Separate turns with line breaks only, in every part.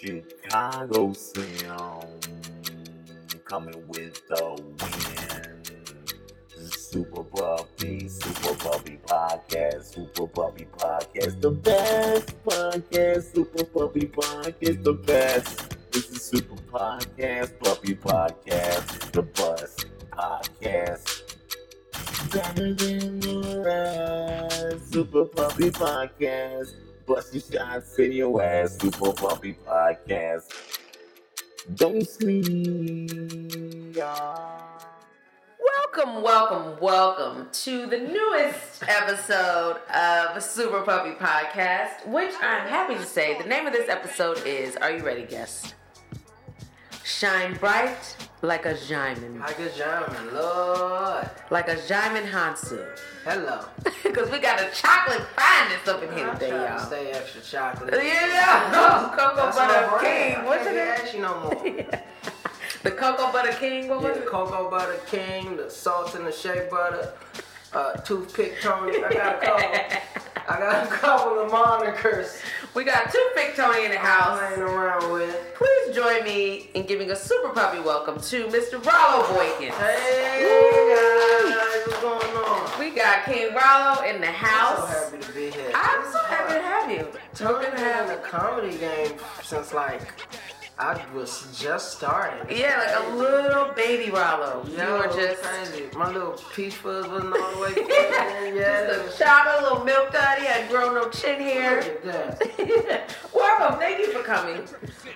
Chicago sound coming with the wind. Super Puppy, Super Puppy Podcast, Super Puppy Podcast, the best podcast, Super Puppy Podcast, the best. This is Super Podcast, Puppy Podcast, the best podcast. Better than the rest, Super Puppy Podcast. Bust your shots in your ass, Super Puppy Podcast. Don't sleep, y'all.
Welcome, welcome, welcome to the newest episode of Super Puppy Podcast, which I'm happy to say the name of this episode is Are You Ready, Guest? Shine bright like a diamond,
Like a German, Lord.
like a diamond Hansu.
Hello.
Because we got a chocolate finest up in here
I'm
today,
trying to
y'all.
stay extra chocolate.
Yeah, no, Cocoa
That's my
Butter King.
brand. I
What's
can't
it?
be
name?
ashy no more.
The Cocoa Butter King, what was
Yeah, the
it?
cocoa butter king, the salt and the shea butter, uh, toothpick Tony. I got a couple. I got a couple of monikers
We got Toothpick Tony in the house.
playing around with.
Please join me in giving a super puppy welcome to Mr. Rollo Boykins.
Hey guys, what's going on?
We got King Rollo in the
I'm so
house.
happy to be here.
I'm so happy to have you.
Tony had a comedy game since like I was just starting.
Yeah, like a little baby Rollo. You
Yo,
were just,
crazy. My little peach fuzz wasn't all the way full.
just a child, a little milk daddy, had grown no chin hair.
yeah.
Welcome, thank you for coming.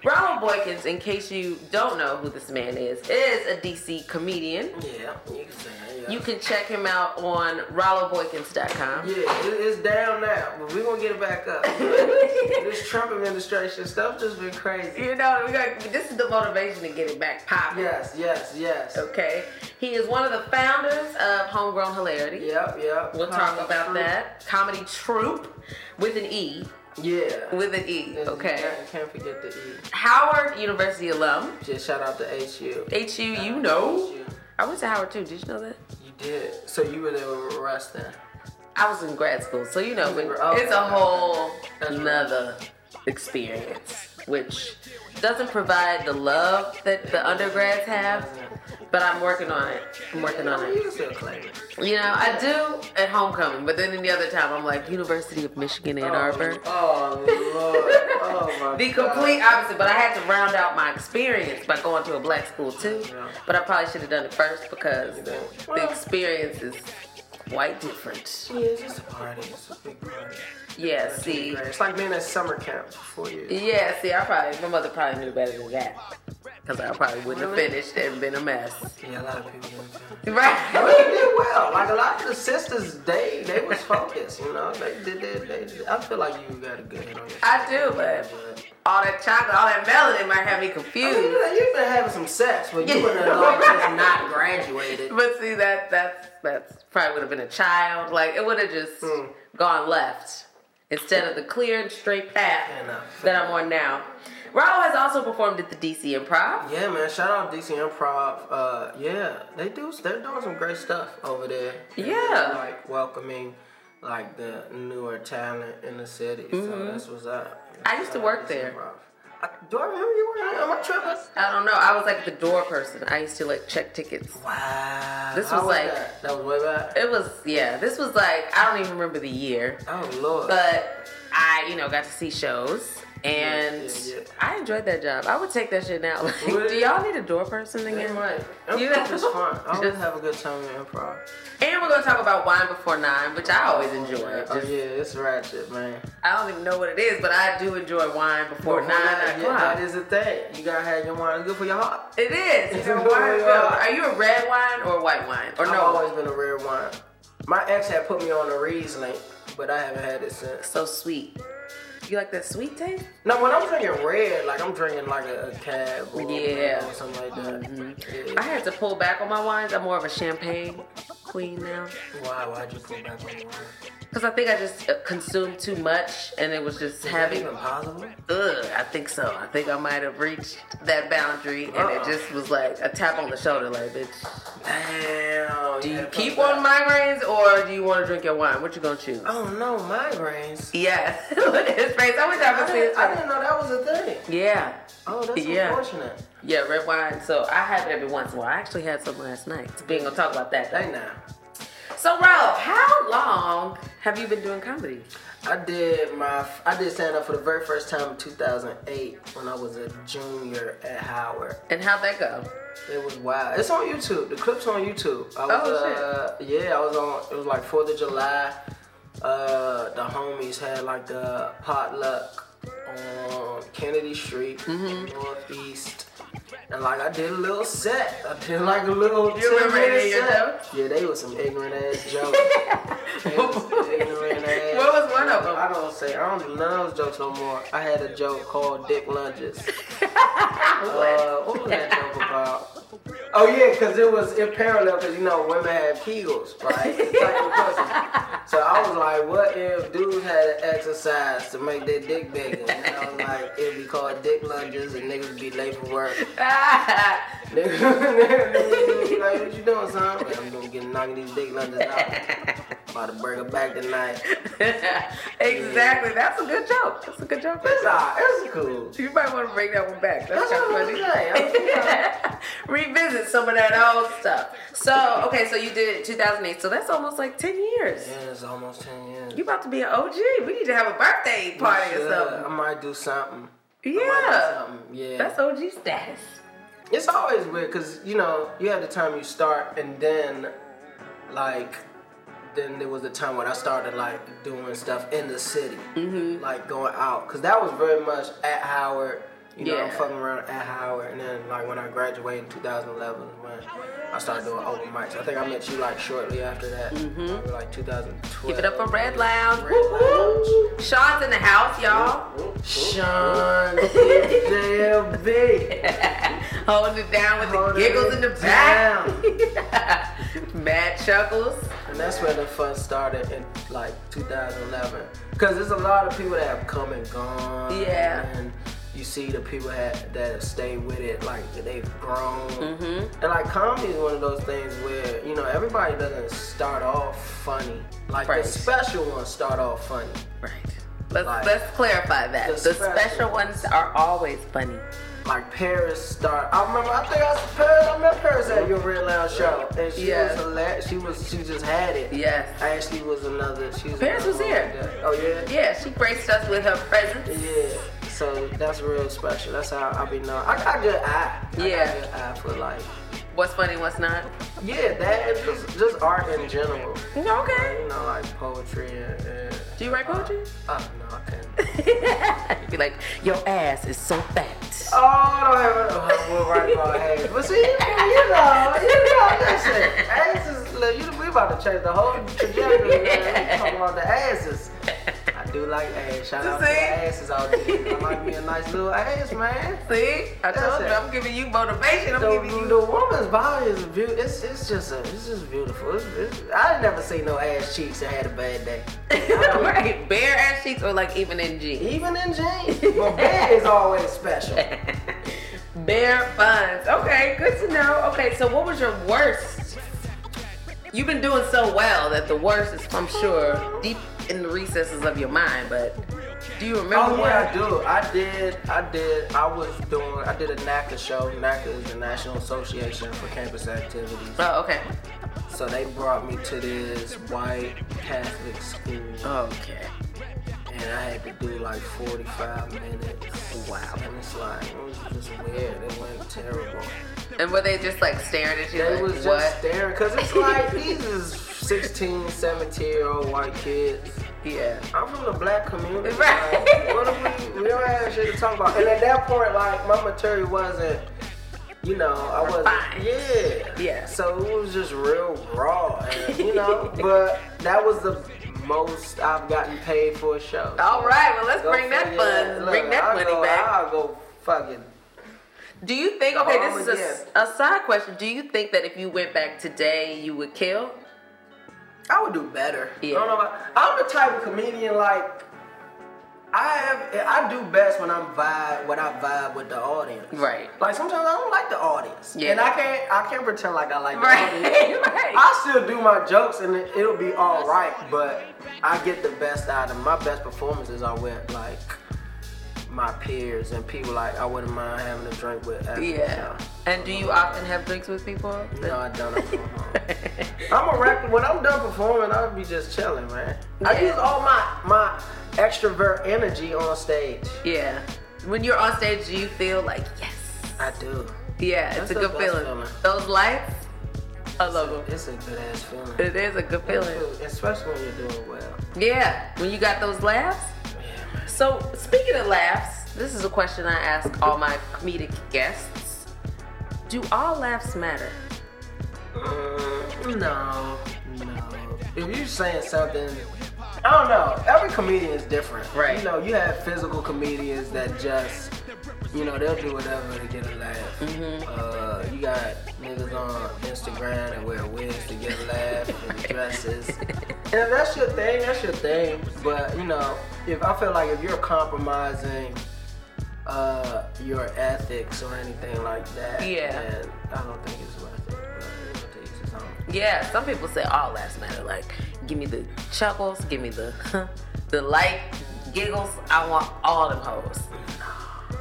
Ronald Boykins, in case you don't know who this man is, is a DC comedian.
Yeah, you can say that. Yeah,
You can check him out on RolloBoykins.com.
yeah it, it's down now, but we're gonna get it back up. this Trump administration stuff just been crazy.
You know, we got this is the motivation to get it back popping.
Yes, yes, yes.
Okay. He is one of the founders of Homegrown Hilarity.
Yep, yep.
We'll talk
Comedy
about
troupe.
that. Comedy Troupe with an E.
Yeah.
With an E.
It's-
Okay.
Can't, can't forget the E.
Howard University alum.
Just shout out to HU.
HU,
Uh-huh.
you know.
You
I went to Howard too. Did you know that?
you did it. So you were there with Russ then.
I was in grad school, so you know,
You were- oh,
it's a
okay.
whole
That's right.
another experience, which doesn't provide the love that the undergrads have. But I'm working on it. I'm working on it.
You can still claim it.
You know, I do at homecoming, but then any other time I'm like University of Michigan Ann Arbor.
Oh, Lord. Oh, my
The
God.
complete opposite, but I had to round out my experience by going to a black school too.
Yeah.
But I probably should have done it first because the, the
Well-
experience is quite different.
Yeah, it's just a party. It's a big party.
Yeah, see.
It's like being at summer camp for you.
Yeah, see, I probably, my mother probably knew better than that. Because I probably wouldn't
Really?
have finished and been a mess.
Yeah, a lot of people don't do that. But
Right?
they did well. Like a lot of the sisters, they they was focused. You know, they did they, they, I feel like you got a good hit on your.
I do, but all that chocolate, all that melanin might have me
I mean,
confused.
you know, you've been having some sex, but you
Yeah.
wouldn't have like just not graduated.
But see, that that's that's probably would have been a child. Like it would have just
Mm.
gone left instead of the clear and straight path
Fair enough.
that I'm on now. Rollo has also performed at the DC Improv.
Yeah, man. Shout out DC Improv. Uh, yeah, they do. They're doing some great stuff over there. They're really,
Yeah.
like welcoming like the newer talent in the city. So that's what's up.
Mm-hmm. I used to work there.
I, do I remember you were there? Am I tripping?
I don't know. I was like the door person. I used to like check tickets.
Wow.
This
How
was like-
that? that was way back.
It was yeah. This was like I don't even remember the year,
Oh lord.
but I you know got to see shows. And
Yeah, yeah, yeah.
I enjoyed that job. I would take that shit now. Like, do y'all need a door person
yeah,
again?
right.
You
Improv is fun. I always
Just-
have a good time in improv.
And we're gonna talk about wine before nine, which I always enjoy. Just,
Oh yeah, it's ratchet, man.
I don't even know what it is, but I do enjoy wine before
But
nine
yeah,
o'clock.
That is a thing. You gotta have your wine. It's good for your heart.
it is.
It's
You're a
good
wine
wine.
girl. Are you a red wine or white wine? Or
I've
no?
always been a red wine. My ex had put me on a Riesling, but I haven't had it since.
so sweet. You like that sweet taste?
Now, when I'm drinking red, like I'm drinking like a, a cab or, a
Yeah. Mm-hmm.
Merlot or something like that.
I
Yeah.
had to pull back on my wines. I'm more of a champagne queen now.
Why? Why'd you pull back on the wine?
Because I think I just uh, consumed too much and it was just having.
even possible?
Ugh, I think so. I think I might have reached that boundary and it
Uh-uh.
just was like a tap on the shoulder, like, bitch,
Damn.
do
yeah,
you
fuck
keep
that.
on migraines or do you want to drink your wine? What you gonna choose?
Oh no, migraines.
Yeah, look at his face. I wish I
I
could see his
didn't, I
face.
didn't know that was a thing.
Yeah,
Oh, that's
Yeah.
unfortunate.
yeah, red wine. So I have it every once in a while. I actually had some last night. We ain't gonna talk about that.
Hey
Though.
now,
So, Rob, how long have you been doing comedy?
I did my I did stand up for the very first time in 2008 when I was a junior at Howard.
And how'd that go?
It was wild. It's on YouTube. The clip's on YouTube. I was,
Oh,
uh, Yeah, I was on. It was like Fourth of July. Uh, the homies had like the potluck on Kennedy Street,
Mm-hmm.
Northeast. And like I did a little set, I did like a little
You remember
10 minute
any of your
set. Yeah, they was some ignorant ass jokes. They was some ignorant ass-
What was one of them?
I don't say I don't do none of those jokes no more. I had a joke called Dick Lunges. Uh, what was that joke about? Oh yeah, because it was in parallel. Because you know, women had kegels, right? It's like a pussy. so I was like, what if dudes had an exercise to make their dick bigger? And I was like, it'd be called dick lunges, and niggas would be late for work. Niggas niggas be like, what you doing, son? Like, I'm gonna get knocking these dick lunges out. About to bring her back tonight.
exactly. That's a good joke. That's a good joke.
It's alright. It's cool.
You might want to bring that one back. That's
That's what I'm saying. I'm saying.
funny. Revisit some of that old stuff. So, okay, so you did it in 2008. So that's almost like 10 years.
Yeah, it's almost ten years.
You about to be an OG. We need to have a birthday party or
Yeah, I
something.
might do something. I might do
Yeah.
something, Yeah.
That's OG status.
it's always weird because you know you had the time you start and then like then there was a time when i started like doing stuff in the city
Mm-hmm.
like going out because that was very much at howard you know i'm
Yeah.
fucking around at howard and then like when i graduated in 2011 when i started doing open mics i think i met you like shortly after that Maybe, like 2012
Give Mm-hmm. it up for Red Lounge.
Red
Woo woo.
Lounge.
Sean's in the house, y'all.
sean JLB.
Holding it down with
Hold
the giggles
it
in the back.
down.
Mad chuckles.
And that's where the fun started in like 2011. Because there's a lot of people that have come and gone.
Yeah.
And you see the people that, that have stayed with it, like that they've grown.
Mm-hmm.
And like comedy is one of those things where, you know, everybody doesn't start off funny. Like
Right.
the special ones start off funny.
Right. Let's,
Like,
let's clarify that.
the
The
special
special ones are always funny.
Like Paris start. I remember. I think I was Paris. I met Paris at your Real Lounge show, and she
Yeah.
was hilarious. She was. She just had it.
Yes.
Ashley was another. She was
Paris was
another one
here.
like that. Oh yeah.
Yeah, she graced us with her presence.
Yeah, so that's real special. That's how I be known. I got a good eye. I
Yeah.
got a good eye for life.
What's funny, what's not?
Yeah, that and just just art in general.
Okay.
You know, like poetry and. and
Do you write poetry?
oh no, I can't.
You'd be like, your ass is so fat.
Oh, I don't have a oh, we'll write about hands. But see, you know, you know, listen, asses. Look, you we about to change the whole trajectory. Man. We talking about the asses. I do like ass. Shout out to the
See?
asses out there. I like me a nice little ass, man.
See? I told
That's
you,
it.
I'm giving you motivation. I'm
The,
giving you.
the woman's body is beautiful. It's, it's just a, it's just beautiful. It's, it's, I never seen no ass cheeks and had a bad day.
right. Bare ass cheeks or like even in jeans.
Even in jeans, but bad is always special.
Bare buns. Okay, good to know. Okay, so what was your worst? You've been doing so well that the worst is, I'm sure, deep in the recesses of your mind, but do you remember
Oh
what?
yeah, I do. I did. I did. I was doing. I did a NACA show. NACA is the National Association for Campus Activities.
Oh, okay.
So they brought me to this white Catholic school,
Okay.
and I had to do like 45 minutes.
Wow.
And it's like it was just weird. It went terrible.
And were they just like staring at you?
They
like,
was
what?
just staring because it's like these is 16, 17 year old white kids.
yeah.
I'm from the black community.
Right.
Like, what do we, we don't have shit to talk about. And at that point, like, my material wasn't, you know, I wasn't.
Refined.
Yeah.
Yeah.
So it was just real raw, and, you know? but that was the most I've gotten paid for a show.
All right. Well, let's
Go
Oh, bring that
figure
funds,
Look,
bring that
I'll
money
go,
back.
I'll go fucking.
Do you think? Okay,
Oh,
this is a, a side question. Do you think that if you went back today, you would kill?
I would do better.
Yeah.
I don't know. About, I'm the type of comedian like I have. I do best when I'm vibe when I vibe with the audience.
Right.
Like sometimes I don't like the audience.
Yeah.
And I can't. I can't pretend like I like
Right,
the audience.
right.
I still do my jokes and it, it'll be all right, but I get the best out of my best performances are with like my peers and people like I wouldn't mind having a drink with. after the
Yeah.
show.
And do you often have drinks with people?
No, I don't. I'm from home. I'm a rapper. When I'm done performing, I'll be just chilling, man. I
Yeah.
use all my my extrovert energy on stage.
yeah. When you're on stage, do you feel like yes?
I do.
Yeah,
That's
it's a
the
good
best
feeling.
feeling.
Those lights, I love them.
It's a good ass feeling.
It is a good feeling.
Especially when you're doing well.
Yeah, when you got those laughs. So speaking of laughs, this is a question I ask all my comedic guests. Do all laughs matter?
Mm, no, no. If you're saying something, I don't know. Every comedian is different,
Right.
You know, you have physical comedians that just, you know, they'll do whatever to get a laugh. Uh, you got niggas on Instagram that wear wigs to get a laugh and dresses. And if that's your thing, that's your thing. But you know, if I feel like if you're compromising uh, your ethics or anything like that,
Yeah.
then I don't think it's worth it. But you know, to each his own.
Yeah, some people say all laughs matter. Like, give me the chuckles, give me the the light giggles. I want all them hoes.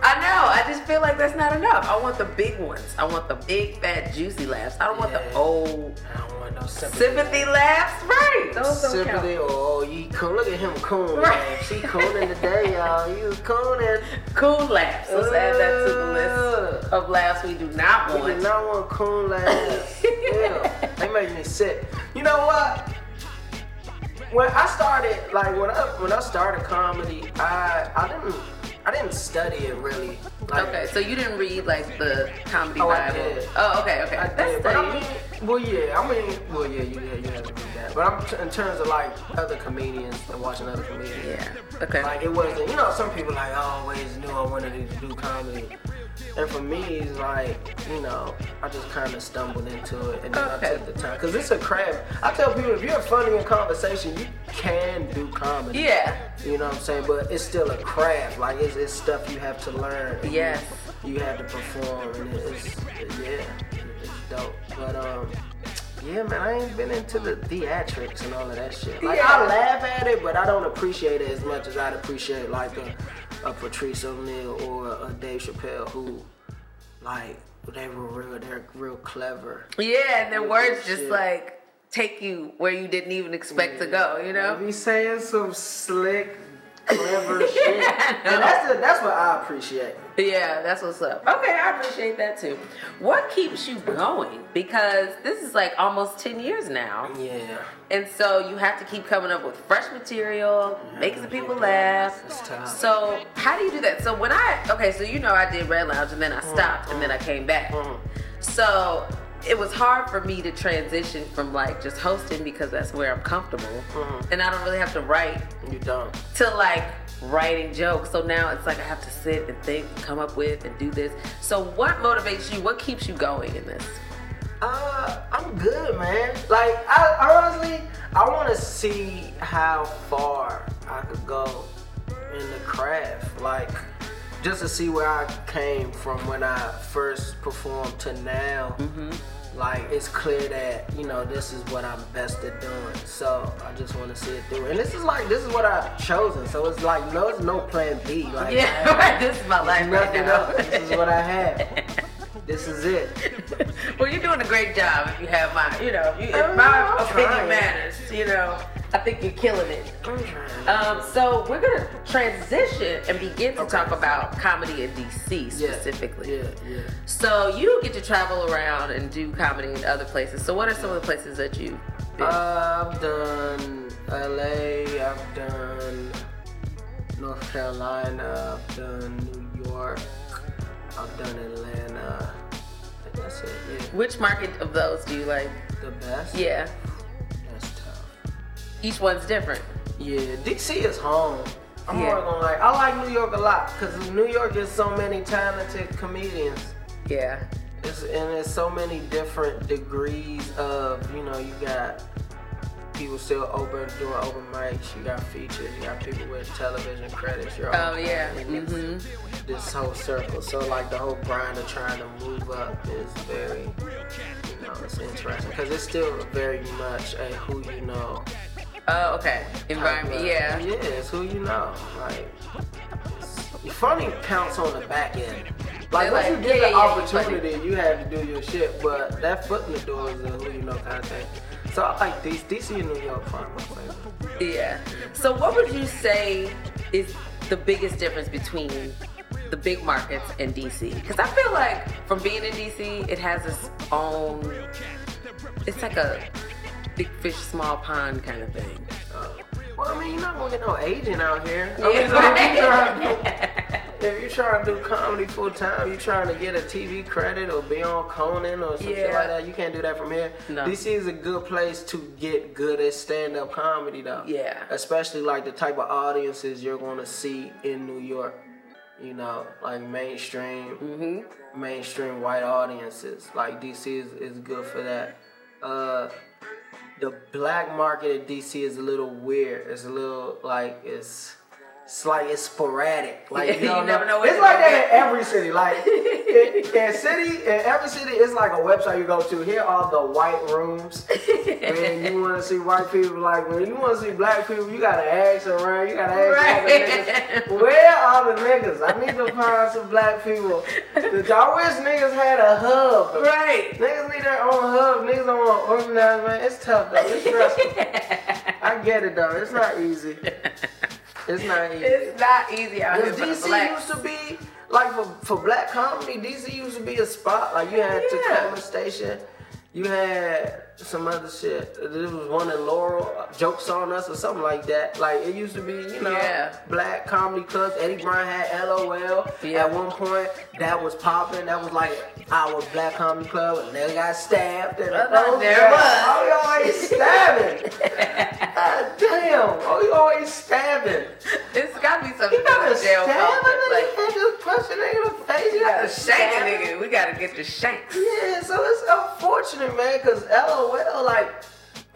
I know. I just feel like that's not enough. I want the big ones. I want the big, fat, juicy laughs. I don't want the
Yeah.
old
I don't want no sympathy.
sympathy laughs. Right. Those don't count.
Sympathy, oh, you cool. Look at him cool.
Right.
man. She cooling today, y'all. You was cooling.
Cool laughs. Let's add that to the list of laughs we do not
We did
want.
not want cool laughs. yeah, they make me sick. You know what? When I started, like when I when I started comedy, I I didn't I didn't study it really. Like,
Okay, so you didn't read like the comedy
Oh, I
Bible.
did.
Oh, okay, okay.
I
That's
did, but I
study.
mean, well, yeah, I mean, well, yeah, you, you have to do that. But I'm in terms of like other comedians and watching other comedians.
Yeah. Okay.
Like it wasn't, you know, some people like I always knew I wanted to do comedy. And for me, it's like, you know, I just kind of stumbled into it and then I
Okay.
took the time. Because it's a craft. I tell people, if you're funny in conversation, you can do comedy.
yeah.
You know what I'm saying? But it's still a craft. Like, it's, it's stuff you have to learn. and
Yes.
You, you have to perform. And it's, yeah, it's dope. But, um, yeah, man, I ain't been into the theatrics and all of that shit. Like,
Yeah.
I laugh at it, but I don't appreciate it as much as I'd appreciate, like, a, a Patrice O'Neal or a Dave Chappelle who, like, they were real, they're real clever.
Yeah, and their words just
shit.
like take you where you didn't even expect to go, you know?
Be saying some slick, clever shit.
I know.
And that's, the, that's what I appreciate.
Yeah, that's what's up. Okay, I appreciate that too. What keeps you going? Because this is like almost 10 years now.
Yeah.
And so you have to keep coming up with fresh material, making the people laugh.
It's tough.
So how do you do that? So when I okay, so you know I did Red Lounge and then I
Mm-hmm.
stopped and then I came back. So it was hard for me to transition from like just hosting because that's where I'm comfortable
Mm-hmm.
and I don't really have to write
You dumb.
to like writing jokes. So now it's like I have to sit and think, and come up with and do this. So what motivates you? What keeps you going in this?
Uh, I'm good, man. Like, I honestly, I want to see how far I could go in the craft. Like, just to see where I came from when I first performed to now. Like, it's clear that, you know, this is what I'm best at doing. So, I just want to see it through. And this is like, this is what I've chosen. So, it's like, no, it's no plan B. Like,
Yeah, right. This is my life
There's
right
nothing
now.
else. This is what I have. This is it.
well, you're doing a great job if you have my, you know, if, you, if
I'm
my opinion
trying.
matters, you know, I think you're killing it.
I'm trying.
Um, so we're gonna transition and begin to
Okay.
talk about comedy in DC
Yeah,
specifically.
Yeah, yeah.
So you get to travel around and do comedy in other places. So what are some of the places that you? have been?
I've done LA, I've done North Carolina, I've done New York, I've done Atlanta. I think that's it. Yeah.
Which market of those do you like?
The best?
Yeah,
That's tough.
each one's different.
Yeah, DC is home. I'm
Yeah.
more gonna like, I like New York a lot because New York is so many talented comedians.
Yeah,
It's, and there's so many different degrees of, you know, you got people still open doing open mics. You got features. You got people with television credits. You're
Oh
all-
yeah.
and it's
hmm
This whole circle. So like the whole grind of trying to move up is very, you know, it's interesting because it's still very much a who you know.
Oh okay.
type
Environment.
of-
Yeah.
Yeah, it's who you know. Like it's- funny counts on the back end. Like
They're
once you
like, yeah,
get the
yeah, yeah, you
opportunity, you have to do your shit. But that foot in the door is a who you know kind of thing. So I like these DC and New York are my favorite.
Yeah. So what would you say is the biggest difference between the big markets and DC? Because I feel like from being in DC, it has its own. It's like a big fish, small pond kind of thing.
Uh, well, I mean, you're not gonna get no agent out here. I mean, so if, you're trying,
Yeah.
if you're trying to do comedy full time, you're trying to get a TV credit or be on Conan or some shit
Yeah.
like that. You can't do that from here.
No.
DC is a good place to get good at stand up comedy, though.
Yeah.
Especially like the type of audiences you're gonna see in New York. You know, like mainstream
hmm
mainstream white audiences. Like DC is, is good for that. Uh, the black market in DC is a little weird. It's a little like it's. It's like it's sporadic. Like
You
don't
never know what
it's
you're
like
gonna
that in every city. Like in, in city, in every city, it's like a website you go to. Here are the white rooms. when you want to see white people, like when you want to see black people, you gotta ask around. You gotta ask
Right.
other niggas. Where are the niggas? I need to find some black people. I wish niggas had a hub.
Right.
Niggas need their own hub. Niggas don't want to organize, man. It's tough though. It's stressful. I get it though. It's not easy. It's not easy.
It's not easy out here
Because
for the
DC
blacks.
used to be like for, for black comedy, DC used to be a spot. Like you had
Yeah.
Tacoma Station, you had some other shit. There was one in Laurel, jokes on us or something like that. Like it used to be, you know,
Yeah.
black comedy clubs. Eddie Bryan had LOL
Yeah.
at one point. That was popping. That was like our black comedy club, and they got stabbed. And
Uh, no,
Oh,
there
yeah.
was.
Oh, y'all always stabbing. God damn. Oh, you always stabbing.
It's gotta be something
You gotta
about jail.
stab a nigga,
Like,
you can't just punch a nigga in the face. You gotta
shank
stab
a
him.
nigga. We gotta get the shanks.
Yeah, so it's unfortunate, man, because LOL, like,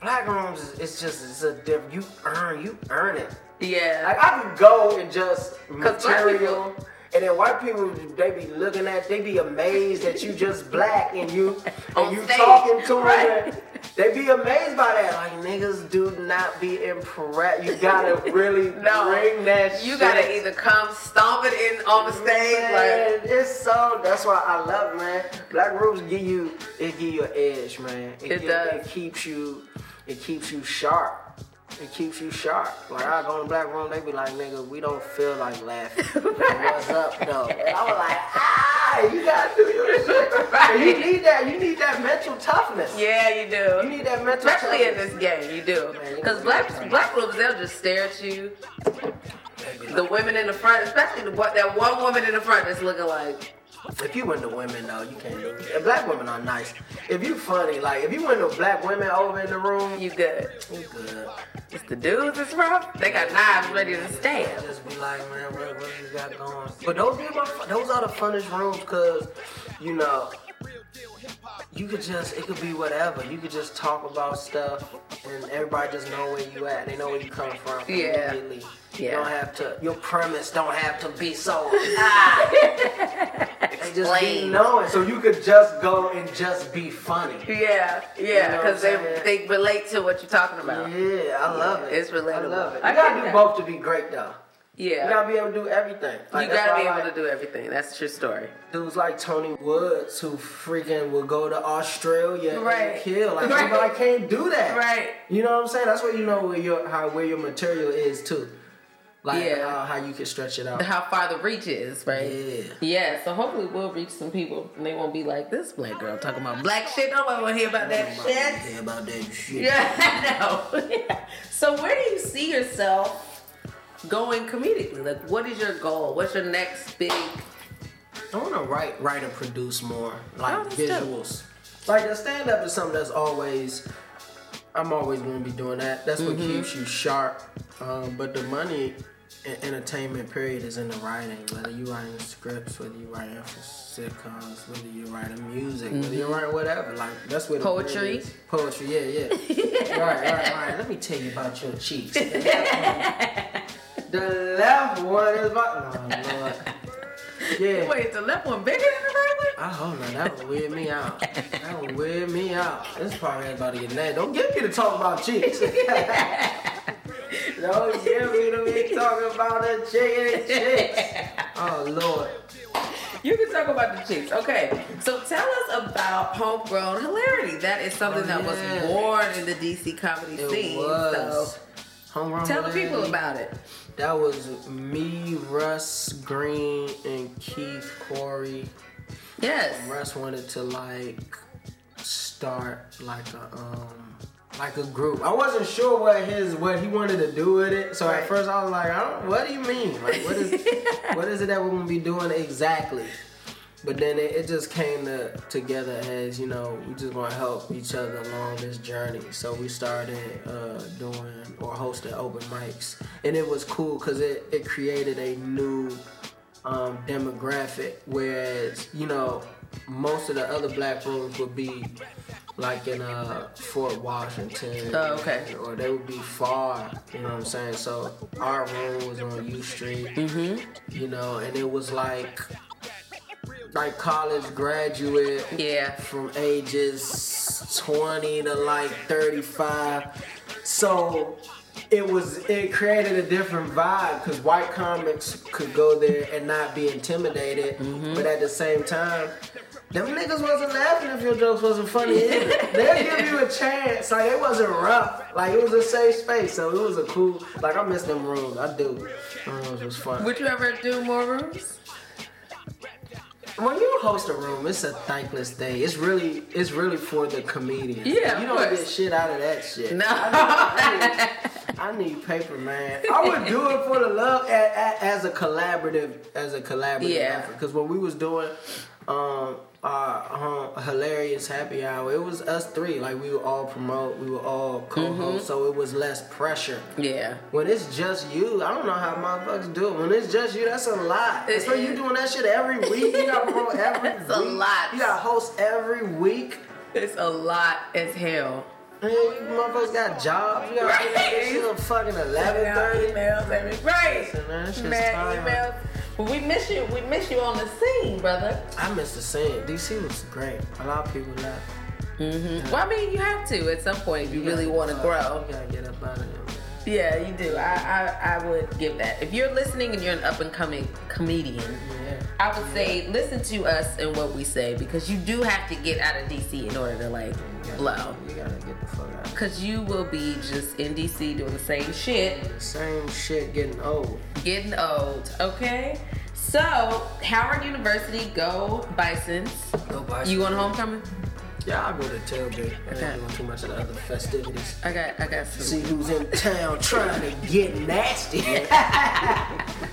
black rooms, is it's just, it's a different, you earn, you earn it.
Yeah.
Like, I could go and just
Mm-hmm. black
material, and then white people, they be looking at, they be amazed that you just black and you,
On
and you
stage,
talking to
right.
them. They be amazed by that. Like, niggas do not be impressed. You gotta really
No.
bring that
You
shit.
gotta either come stomping in on the stage, like
Man, it's so. That's why I love, man. Black rooms give you it give you an edge, man.
It
give-
does.
It keeps you. It keeps you sharp. It keeps you sharp. Like I go in black room, they be like, nigga, we don't feel like laughing. What's up, though? And I was like, ah, you gotta do your shit.
Right.
You need that. You need that mental toughness.
Yeah, you do.
You need that mental
Especially in
toughness.
this game, you do. Because black black rooms, they'll just stare at you. The women in the front, especially the, what that one woman in the front that's looking like,
If you into women though, you can't do it. And Black women are nice. If you funny, like if you into black women over in the room,
you good.
you good.
It's the dudes that's rough. They got knives ready to stab.
Just be like, man, what, what you got going? But those be my, those are the funnest rooms because, you know, you could just it could be whatever. You could just talk about stuff, and everybody just know where you at. They know where you come from.
Yeah.
Immediately. You
Yeah.
don't have to. Your premise don't have to be so. They just be
Explain.
knowing, so you could just go and just be funny.
Yeah,
know
yeah,
what
because
I'm saying?
they they relate to what you're talking about.
Yeah, I love it.
it's
I love
relatable.
it. You
I
gotta
get
do
that.
both to be great, though.
Yeah,
You gotta be able to do everything.
you gotta be able to do everything. That's true story.
Dudes like Tony Woods who freaking will go to Australia
Right.
and kill. Like
Right.
everybody can't do that.
Right.
You know what I'm saying? That's where you know where your how where your material is too. Like
Yeah.
how, how you can stretch it out.
How far the reach is, right?
Yeah.
Yeah, so hopefully we'll reach some people and they won't be like this black girl talking about black shit. Nobody wanna hear about that shit.
Yeah, about that shit.
Yeah, I know. yeah. So where do you see yourself going comedically? Like, what is your goal? What's your next big?
I want to write, write, and produce more, like
Oh, that's dope.
visuals. Like the stand up is something that's always,
Mm-hmm.
I'm always going to be doing that. That's what keeps you sharp. Um, but the money an entertainment period is in the writing. Whether you're writing scripts, whether you're writing for sitcoms, whether you're writing music, whether you're writing whatever. Like that's where the
Mm-hmm. Poetry.
period is. Poetry, yeah, yeah. right, right, right. Let me tell you about your cheeks. the left one is about. Oh Lord. Yeah.
Wait, is the left one bigger than the right one?
I hold on, that would weird me out. That would weird me out. This probably about to get mad. Don't get me to talk about cheeks. Don't get me to be talking about the chicken chicks. Oh Lord.
You can talk about the cheeks. Okay, so tell us about homegrown hilarity. That is something that
Yeah.
was born in the DC comedy
It
scene.
was. Homegrown
So tell the people
Lady.
about it.
That was me, Russ Green, and Keith Corey.
Yes.
Russ wanted to like start like a um like a group. I wasn't sure what his what he wanted to do with it. So
Right.
at first I was like, I don't, what do you mean? Like what is what is it that we're gonna be doing exactly? But then it, it just came to, together as you know we just want to help each other along this journey. So we started uh, doing or hosting open mics, and it was cool because it, it created a new um, demographic. Whereas you know most of the other black rooms would be like in uh, Fort Washington,
Oh, okay.
or they would be far. You know what I'm saying? So our room was on U Street, mm-hmm. you know, and it was like like college graduate
Yeah.
from ages 20 to like 35 so it was it created a different vibe because white comics could go there and not be intimidated but at the same time them niggas wasn't laughing if your jokes wasn't funny either. They'll give you a chance. Like, it wasn't rough. Like, it was a safe space. So, it was a cool. Like, I miss them rooms. I do. Them rooms was fun.
Would you ever do more rooms?
When you host a room, it's a thankless thing. It's really, it's really for the comedians.
Yeah, of
you don't
course.
get shit out of that shit.
No.
I need, I need- I need paper, man. I would do it for the love a- a- as a collaborative, as a collaborative
Yeah.
effort. Because when we was doing um, our um, hilarious happy hour, it was us three. Like we would all promote, we would all co-host,
Mm-hmm.
so it was less pressure.
Yeah.
When it's just you, I don't know how motherfuckers do it. When it's just you, that's a lot.
It
It's like you
is.
doing that shit every week. You gotta promote every
It's
week.
a lot.
You gotta host every week.
It's a lot as hell.
Man, you motherfuckers got jobs. You gotta right.
Right.
that shit at fucking eleven thirty.
Emails, every- right?
Listen, man, that shit's
Mad
tiring.
emails. But we miss you. We miss you on the scene, brother.
I miss the scene. DC was great. A lot of people left. Mm-hmm.
Well, I mean, you have to at some point if you really want to grow.
You gotta get up out of there. man.
Yeah, you do. I, I I would give that. If you're listening and you're an up and coming comedian,
Yeah.
I would say listen to us and what we say because you do have to get out of DC in order to like blow.
You gotta get the fuck out.
Cause you will be just in DC doing the same shit,
Same shit getting old.
getting old. Okay. So Howard University, go Bison's.
Nobody.
You on homecoming?
Yeah, I go to tailgate. I
Okay.
ain't doing too much of the other festivities.
I got I got some.
See who's in town trying to get nasty. hey,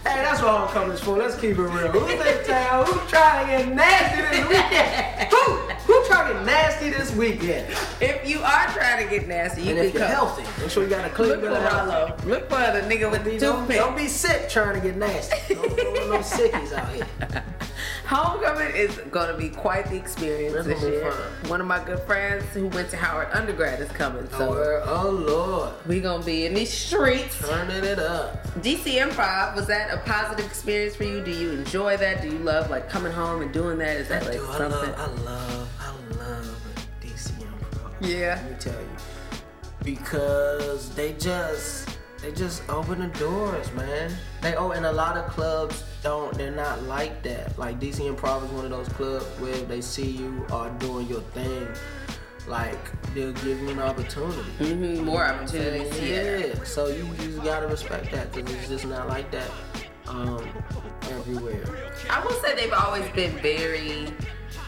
that's what homecoming's for. Let's keep it real. Who's in town? Who's trying to get nasty this weekend? Who? Who trying to get nasty this weekend?
If you are trying to get nasty, you
And
can
if you're
come.
healthy, make sure you got a clean
Look
bill
for
of health.
Rallo. Look for the nigga with the
Don't,
toothpick.
don't be sick trying to get nasty. Don't don't let no sickies out here.
Homecoming is gonna be quite the experience
That's
this
gonna be
year.
fun.
One of my good friends who went to Howard undergrad is coming,
Oh,
so
word. oh Lord,
we gonna be in these streets.
turning it up.
DC Improv was that a positive experience for you? Do you enjoy that? Do you love like coming home and doing that? Is that like
Dude, I
something?
love, I love, I love DC Improv.
Yeah.
Let me tell you, because they just, they just open the doors, man. They oh, and a lot of clubs don't. They're not like that. Like DC Improv is one of those clubs where if they see you are doing your thing. Like they'll give you an opportunity.
Mhm, more opportunities. Yeah.
Yeah, so you just gotta respect that because it's just not like that um, everywhere.
I will say they've always been very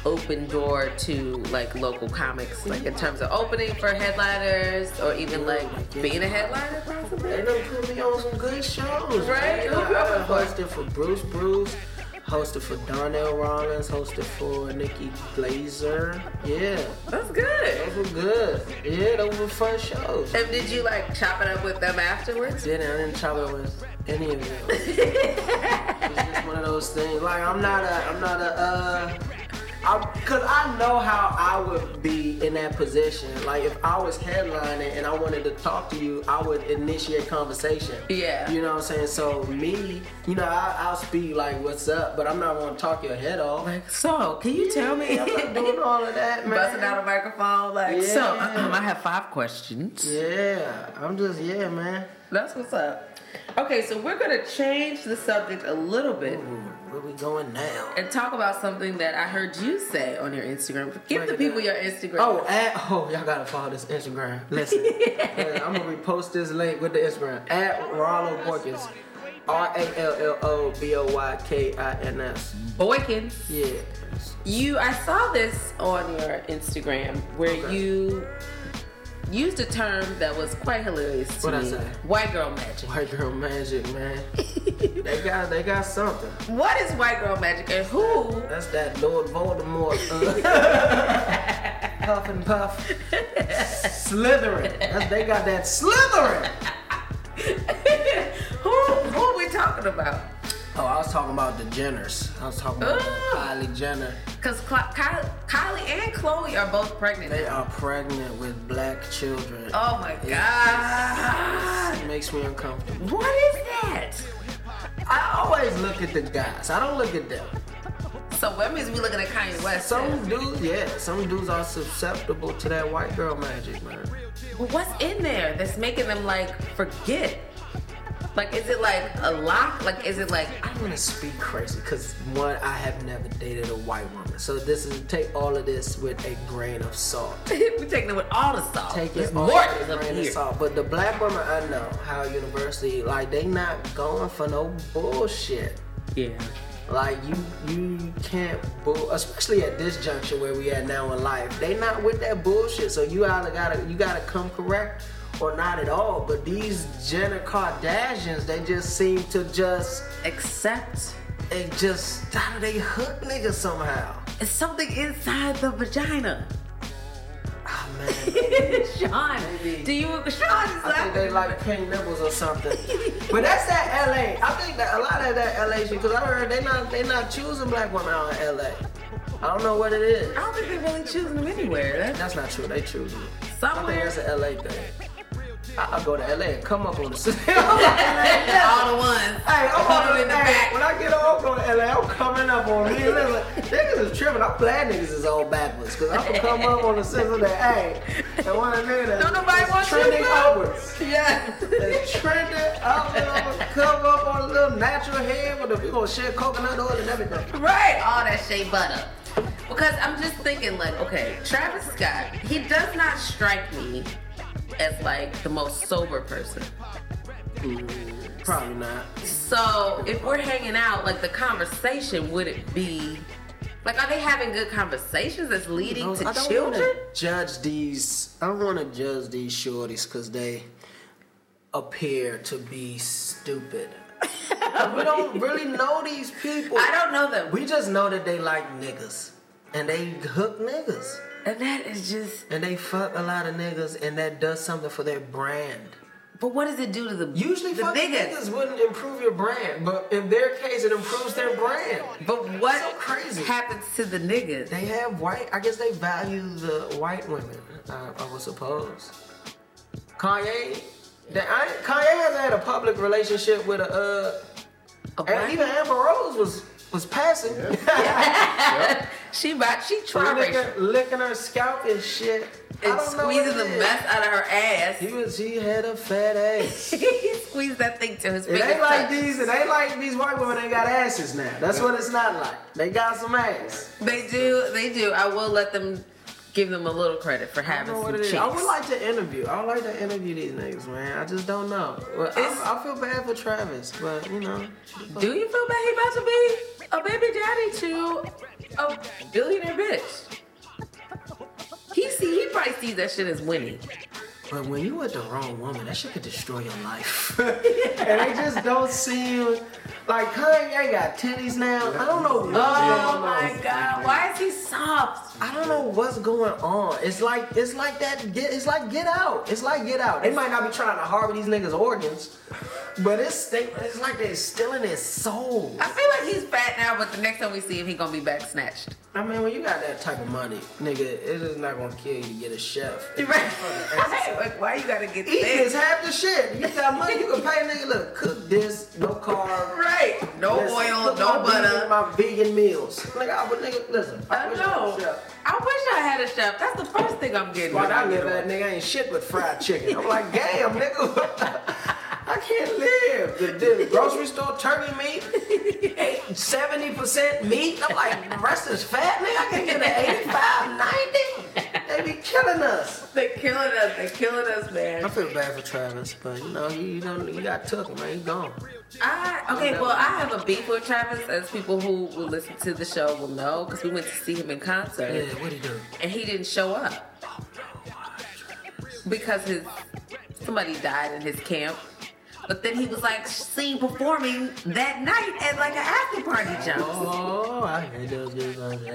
open door to like local comics, like in terms of opening for headliners or even like being a headliner possibly.
They done put me on some good shows.
Right?
man. I done hosted for Bruce Bruce, hosted for Darnell Rollins, hosted for Nikki Glazer. Yeah,
That's good.
those were good. Yeah, those were fun shows.
And did you like chop it up with them afterwards?
Then I didn't chop it with any of them. It's just one of those things. Like I'm not a, I'm not a, uh, I, cause I know how I would be in that position. Like if I was headlining and I wanted to talk to you, I would initiate conversation.
Yeah.
You know what I'm saying? So me, you know, I, I'll speak like, "What's up?" But I'm not gonna talk your head off.
Like, so can you tell me?
I'm not doing all of that, man.
Busting out a microphone, like so. uh-uh,
Yeah.
I have five questions.
Yeah, I'm just yeah, man.
That's what's up. Okay, so we're gonna change the subject a little bit
Ooh, where we going now?
and talk about something that I heard you say on your Instagram. Give
Break
the
it
people
down.
your Instagram.
Oh, at, oh, y'all gotta follow this Instagram. Listen, uh, I'm gonna repost this link with the Instagram at Rollo Boykins, R A L L O B O Y K I N S.
Boykins.
Yeah,
You, I saw this on your Instagram where
Okay.
you used a term that was quite hilarious to
What'd I
me.
say?
White girl magic.
white girl magic, man. They got, they got something.
what is white girl magic, and who
That's that Lord Voldemort. uh, puff and puff, slithering. That's, they got that slithering.
who who are we talking about?
Oh, I was talking about the Jenners. I was talking about
Ooh.
Kylie Jenner.
Because Kylie, Kylie and Chloe are both pregnant.
They are pregnant with black children.
Oh my
It
god!
makes me uncomfortable.
What is that?
I always look at the guys. I don't look at them.
So that means we looking at Kanye West. then.
Some dudes, yeah, some dudes are susceptible to that white girl magic, man.
But what's in there that's making them like forget? Like, is it like a lock? Like, is it like
I'm gonna speak crazy because one, I have never dated a white woman, so this is take all of this with a grain of salt.
we taking it with all the salt?
Take
There's
it all
more
with a
up
grain of
here.
salt. But the black woman I know, Howard University, like they not going for no bullshit.
Yeah.
Like you, you can't bull, especially at this juncture where we at now in life. They not with that bullshit, so you either gotta you gotta come correct or not at all. But these Jenner Kardashians, they just seem to just
Except
they just I don't know, they hook niggas somehow.
it's something inside the vagina.
Oh man.
Sean, do you? Sean is
I think
laughing.
they like pink nipples or something. but that's that LA. I think that a lot of that LA shit, because I heard they not they not choosing black women out in LA. I don't know what it is.
I don't think they're really choosing them anywhere. That's
That's not true. They choosing. it. I think
somewhere.
that's an LA thing. I- I'll go to LA and come up on the city. hey,
all
I'm
the ones.
up
All in the back.
When I get off on LA, I'm coming up on these niggas. Niggas is tripping. I'm glad niggas is all backwards because I can come up on the city that, hey, and one of them
Don't nobody
is
want you,
trending
bro.
upwards.
Yeah.
It's trending up and I'm gonna come up on a little natural hair with a we gonna share coconut oil and everything.
Right. All that shea butter. Because I'm just thinking, like, okay, Travis Scott, he does not strike me as like the most sober person.
Probably not.
So if we're hanging out, like, the conversation wouldn't be. Like, are they having good conversations that's leading
I
to
don't
children?
Wanna judge these. I don't want to judge these shorties because they appear to be stupid. we don't really know these people.
I don't know them.
We just know that they like niggas and they hook niggas
and that is just.
and they fuck a lot of niggas and that does something for their brand.
But what does it do to the
Usually,
the
fucking niggas wouldn't improve your brand, but in their case, it improves their brand.
But what
So crazy.
happens to the niggas?
They have white. I guess they value the white women. I, I would suppose. Kanye. That I, Kanye hasn't had a public relationship with a. Uh,
A
and
black-
even Amber Rose was was passing.
she about she tri-racial.
licking, licking her scalp and shit. I
and
don't know what
squeezing
it
the
is.
mess out of her ass.
He was. He had a fat ass.
he squeezed that thing to his
It
fingers.
ain't like
touch.
these. It ain't like these white women ain't got asses now. That's what it's not like. They got some ass.
They do, they do. I will let them give them a little credit for
I
having
don't know
some
what it
cheeks.
is. I would like to interview. I would like to interview these niggas, man. I just don't know. Well,
It's-
I, I feel bad for Travis, but you know.
do you feel bad he about to be a baby daddy to a billionaire bitch? He see, he probably sees that shit as winning.
But when you with the wrong woman, that shit could destroy your life. and they just don't seem like Kanye got titties now. I don't know. What
Oh my god, why is he soft?
I don't know what's going on. It's like it's like that. Get, it's like Get Out. It's like Get Out. They might not be trying to harbor these niggas' organs, But it's they, it's like they're stealing his soul.
I feel like he's fat now, but the next time we see him, he gonna be back snatched.
I mean, when you got that type of money, nigga, it's just not gonna kill you to get a chef.
Right? like, why you gotta get
Eating is
thick?
half the shit. You got money, you can pay a nigga. Look, cook this, no carbs.
Right. No
Listen,
oil,
cook
no
my
butter.
Vegan, my vegan meals. Nigga, I would, nigga, listen. I,
I
wish I
know.
was a chef.
I wish I had a chef. That's the first thing I'm getting.
Why
when I
I
get
live
old.
at nigga ain't shit but fried chicken. I'm like, damn, nigga, I can't live. The, the grocery store turkey meat, seventy percent meat. I'm like, the rest is fat, nigga. I can get an 85, 90. They be killing us.
They're killing us. They're killing us, man.
feel bad for Travis, but you know, he, don't, he got took, man. He gone.
I, okay, well, I have a beef with Travis, as people who will listen to the show will know, because we went to see him in concert.
Yeah, what he do?
and he didn't show up because his somebody died in his camp. But then he was like seen performing that night at like an after party jump.
Oh, I heard those good
I know,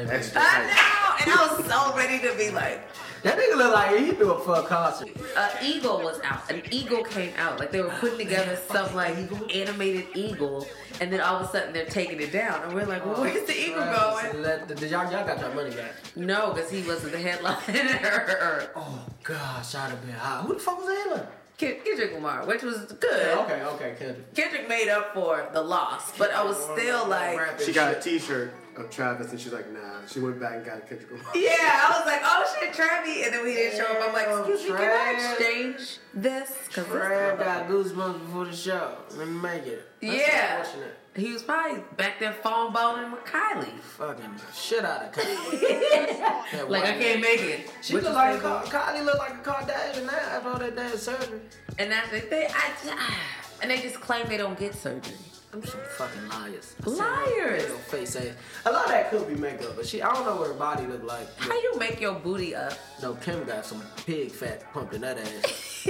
and I was so ready to be like,
That nigga look like he do it for a concert.
an eagle was out. An eagle came out. Like they were putting together some like animated eagle, and then all of a sudden they're taking it down, and we're like, well, where's the eagle going?
Let the, y'all, y'all got your money back.
No, because he wasn't the headliner.
Oh gosh, I'd have been hot. Who the fuck was Ayla?
Kend- Kendrick Lamar, which was good.
Okay, okay, Kendrick.
Kendrick made up for the loss, but I was still like,
She got a T-shirt of Travis, and she's like, "Nah." She went back and got a Kendrick Lamar.
yeah, I was like, oh shit, Travi, and then we didn't show up. I'm like, excuse me, can I
Trav.
exchange this? Cause
Brad
this
got goosebumps before the show. Let me make it. That's
Yeah.
Unfortunate.
he was probably back there phone boning with Kylie.
Fucking shit out of Kylie. That
Like I
white-
can't make it.
She
Which
look
is
like a
crazy.
Ka- Kylie look like a Kardashian now after all that damn surgery.
and that's the thing. I, ah, and they just claim they don't get surgery.
I'm some fucking liars. I said
Liars.
that. Little Face ass. A lot of that could be makeup, but she I don't know what her body look like.
How you make your booty up?
No, Kim got some pig fat pumped in that ass.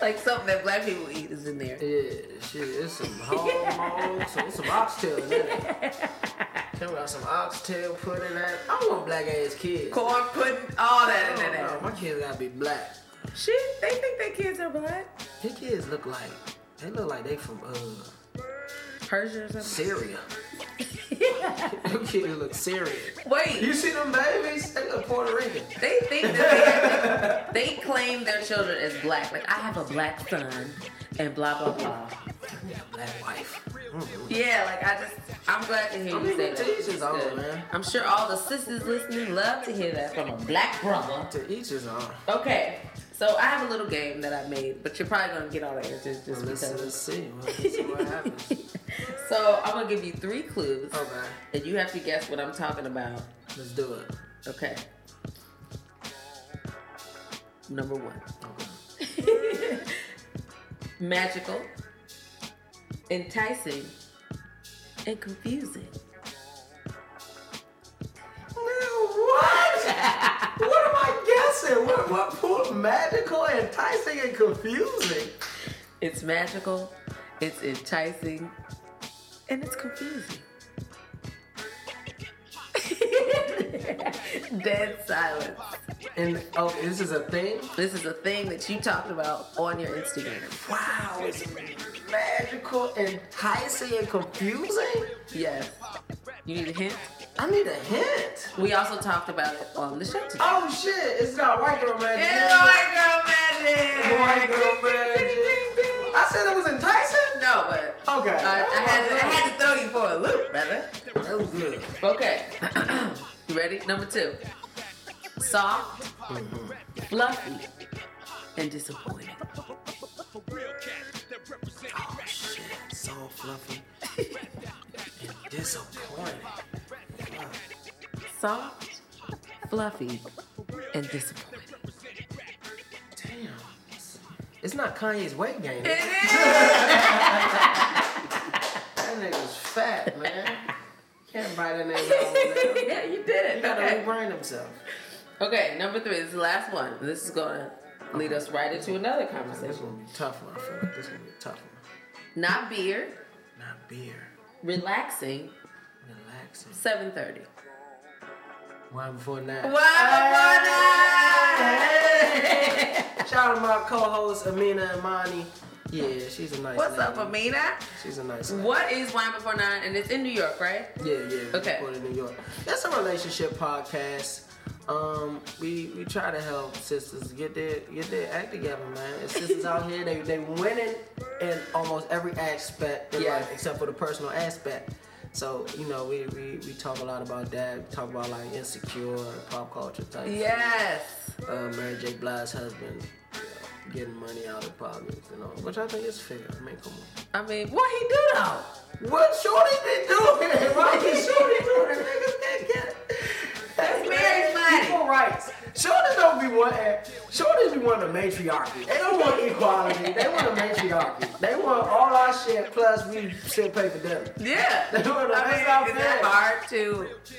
like something that black people eat is in there.
Yeah, shit, it's some hormones, some, some oxtail in there. Talking about some oxtail pudding that. I want black ass kids.
Corn pudding, all that
I
in
don't
there.
know, My kids gotta be black.
Shit, they think their kids are black.
Their kids look like they look like they from uh
Persia or something.
Syria. Them kids look Syrian.
Wait,
You see them babies? They look Puerto Rican.
They think that they, they claim their children as black. Like I have a black son and blah blah blah.
Black wife.
Yeah, like I just I'm glad to hear
I
you
mean,
say
the
that.
teachers on, man.
I'm sure all the sisters listening love to hear that from a black brother.
To each his own.
Okay, so I have a little game that I made, but you're probably gonna get all the answers just
Let's, let's
because.
see. Let's see what happens.
So I'm gonna give you three clues,
Okay,
and you have to guess what I'm talking about.
let's do it.
Okay. Number one.
Okay.
magical, enticing, and confusing.
Nigga, what? what am I guessing? What, what pulled magical, enticing, and confusing?
It's magical, it's enticing, and it's confusing. Dead silence.
And oh, this is a thing.
This is a thing that you talked about on your Instagram.
Wow, it's magical, enticing, and confusing.
Yes. You need a hint?
I need a hint.
We also talked about it on the show today.
Oh shit! It's not white girl magic. White girl magic. I said it was enticing.
No, but
Okay.
I, I, had to, I had to throw you for a loop, brother.
That was good.
Okay. you ready? Number two. Soft, fluffy, and disappointing.
Oh shit! So fluffy. and disappointing.
Soft, fluffy, and disappointing.
Damn. It's not Kanye's weight gain. is it? That nigga's fat, man. Can't buy that nigga. down, man.
yeah, you did
He
it.
gotta
Okay.
rebrand himself.
okay, number three. This is the last one. This is gonna lead us right into another
This
conversation.
gonna be a tough one. I feel like this gonna be a tough one.
Not beer,
Not beer.
relaxing,
Relaxing.
7.30.
Wine before nine.
Wow,
Shout out to my co-hosts Amina and Imani. Yeah, she's a nice.
What's up,
lady.
Amina?
She's a nice. lady.
What is Wine Before Nine? And it's in New York, right?
Yeah, yeah.
Okay.
Port of New York. That's a relationship podcast. Um, we we try to help sisters get their get their act together, man. It's sisters out here, they they winning in almost every aspect of
Yeah.
life except for the personal aspect. So you know, we, we we talk a lot about that. We talk about like insecure, pop culture type. shit.
Yes.
Uh, Mary J. Blige's husband. you know, Getting money out of pockets and all, which I think is fair. I mean, come on.
I mean, what he do though?
What Shorty been doing? Why is Shorty doing it? Niggas can't get it.
That's Mary's money.
Equal rights. Shorty don't be one. eh, Shorty be one of the matriarchy. They don't want equality. They want a matriarchy. They want all our shit plus we still pay for them.
Yeah. I
That's what I'm
mean, is that
saying.
hard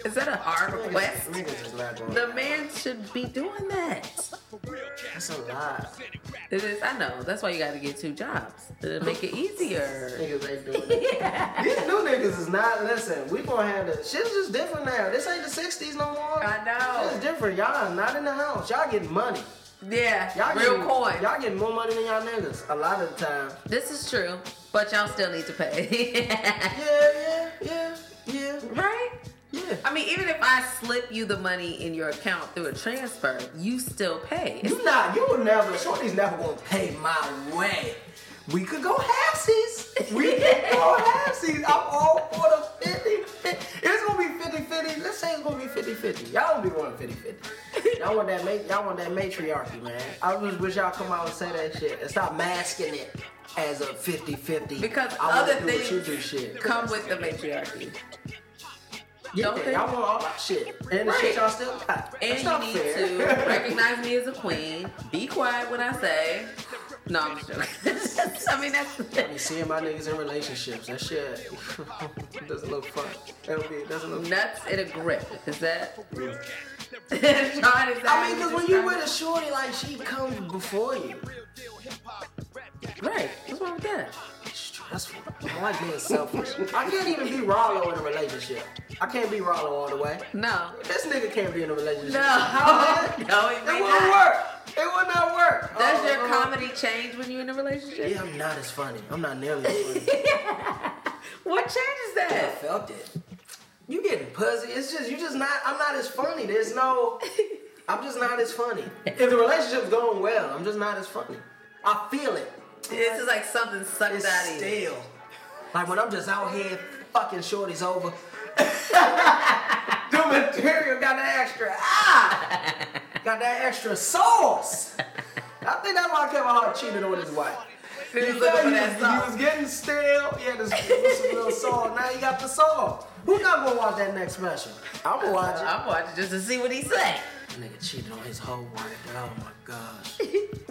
to? Is that a hard request?
Niggas is not going.
The man should be doing that.
That's a lot.
It is. I know. That's why you got to get two jobs to make it easier.
Niggas ain't doing it. These new niggas is not. Listen, we gonna have this. Shit's just different now. This ain't the '60s no more.
I know.
It's different. Y'all is not in the house. Y'all getting money.
Yeah.
Y'all
real
getting,
coin.
Y'all getting more money than y'all niggas a lot of the time.
This is true, but y'all still need to pay.
Yeah, yeah, yeah, yeah,
right?
yeah.
I mean, even if I slip you the money in your account through a transfer, you still pay.
You not, you will never, Shorty's never gonna pay my way. We could go halfsies. We could go halfsies. I'm all for the 50. It's gonna be 50 50. Let's say it's gonna be 50 50. Y'all gonna be wanting 50 50. Y'all want that ma- y'all want that matriarchy, man. I just wish y'all come out and say that shit and stop masking it as a 50 50.
Because
I wanna
other
do what you
things
do shit.
come with the matriarchy.
Yeah,
Don't they?
y'all want all my shit. And the shit y'all still got.
And
That's not
you need
fair.
to recognize me as a queen. Be quiet when I say. No, I'm just joking. I mean,
be
that's
seeing my niggas in relationships. That shit doesn't look fun. That would be, doesn't look
nuts in a grip. Is that? Sean, is that
I mean, because
how
when you
describe
with a shorty, like, she comes before you.
it? right, what's wrong with that?
It's stressful. I like being selfish. I can't even be Rollo in a relationship. I can't be Rollo all the way.
No,
This nigga can't be in a relationship.
No.
How the
No,
hell?
it
It
may
won't
not.
work. It will not work.
Does
Oh,
your
oh.
comedy change when you're in a relationship?
Yeah, I'm not as funny. I'm not nearly as funny.
What changes
I
that?
felt it. You getting pussy. It's just you just not. I'm not as funny. There's no. I'm just not as funny. If the relationship's going well, I'm just not as funny. I feel it.
This is like something sucked
It's
out of you.
still. Like when I'm just out here fucking shorties over. the material got that extra ah, got that extra sauce. I think that's why Kevin Hart cheated on his wife.
He was
You
looking
know,
for that
he, was, he was
song.
getting stale. He had this, this little song. Now he got the song. Who not gonna watch that next special? I'm gonna watch it.
I'm watching just to see what he say.
That nigga cheated on his whole wife. Oh my gosh,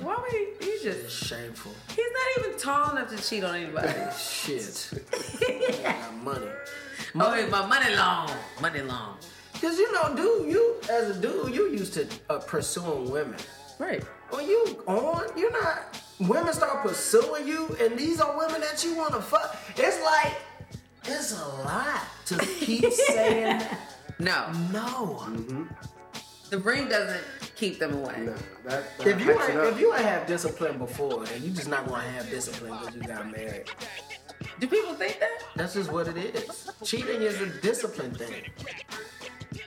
Why would he? He
it's
just.
shameful.
He's not even tall enough to cheat on anybody.
Shit. I got money.
oh, it's my money long. Money long.
Cause you know, dude, you as a dude, you used to uh, pursuing women.
Right.
When you on, you're not. Women start pursuing you, and these are women that you want to fuck. It's like it's a lot to keep saying
No,
no.
the ring doesn't keep them away.
No, that, that
If you
hypes it
ain't,
up.
if you ain't have discipline before, then you just not gonna have discipline because you got married.
Do people think that?
That's just what it is. Cheating is a discipline thing.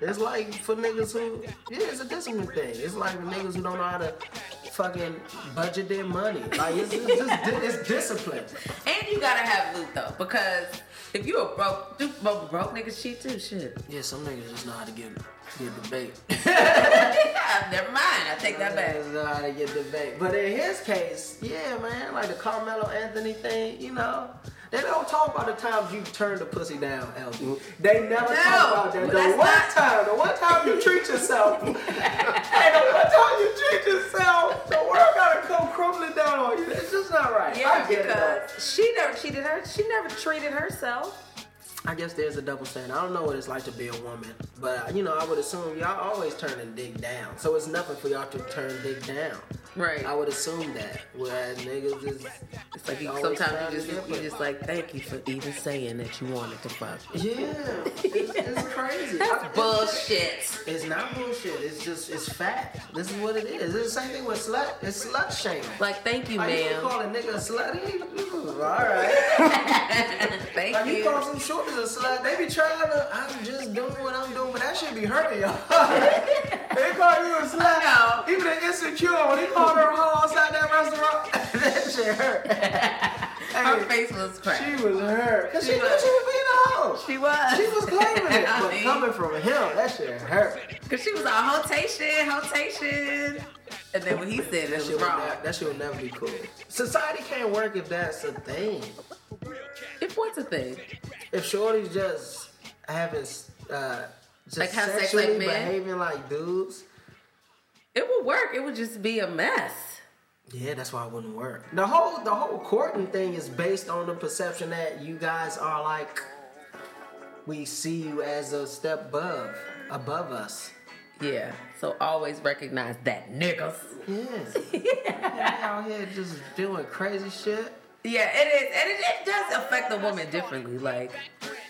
It's like for niggas who, yeah, it's a discipline thing. It's like for niggas who don't know how to fucking budget their money. Like it's, it's just di- it's discipline.
And you gotta have loot though, because if you a broke, do, broke, broke niggas cheat too. Shit.
Yeah, some niggas just know how to get get debate.
Yeah, Never mind. I take that back.
Know how to get debate. But in his case, yeah, man, like the Carmelo Anthony thing, you know. They don't talk about the times you turned the pussy down, LB. They never talk about that. The
that's
one
not-
time, the one time you treat yourself, and the one time you treat yourself, the world gotta come crumbling down on you. It's just not right.
Yeah,
I get it. though.
because she never cheated her. She never treated herself.
I guess there's a double standard. I don't know what it's like to be a woman, but uh, you know, I would assume y'all always turning dick down. So it's nothing for y'all to turn dick down.
Right.
I would assume that. Whereas niggas is
It's like you,
always
sometimes you
trying to
just
get
you just like thank you for even saying that you wanted to fuck.
Yeah, it's, it's crazy. I-
That's bullshit.
It's not bullshit. It's just it's fact. This is what it is. It's the same thing with slut. It's slut shaming.
Like, thank you,
Are you gonna
ma'am.
call a nigga a slut? All right.
Thank
Like you
you.
call some shorties a slut. They be trying to. I'm just doing what I'm doing, but that should be hurting y'all. they call you a
I
slut. Even an insecure when they called her a hoe outside that restaurant. that shit hurt.
Her
Hey,
face was cracked.
She was hurt. Cause she
She
knew she
was-
was being a hoe.
She was.
She was claiming it,
I
but
mean-
coming from him, that shit hurt.
Cause she was all hotation, hotation. And then when he said it, it was
Shit would
wrong.
ne- that shit will never be cool. Society can't work if that's a thing.
If what's a thing?
If shorties just having uh, just
Like have sex
sexually
like men?
behaving like dudes,
It would work. It would just be a mess.
yeah, that's why it wouldn't work. The whole the whole courting thing is based on the perception that you guys are like we see you as a step above above us.
Yeah. So always recognize that niggas.
Yes. Yeah, out here just doing crazy shit.
Yeah, it is, and it, it does affect a woman differently. Like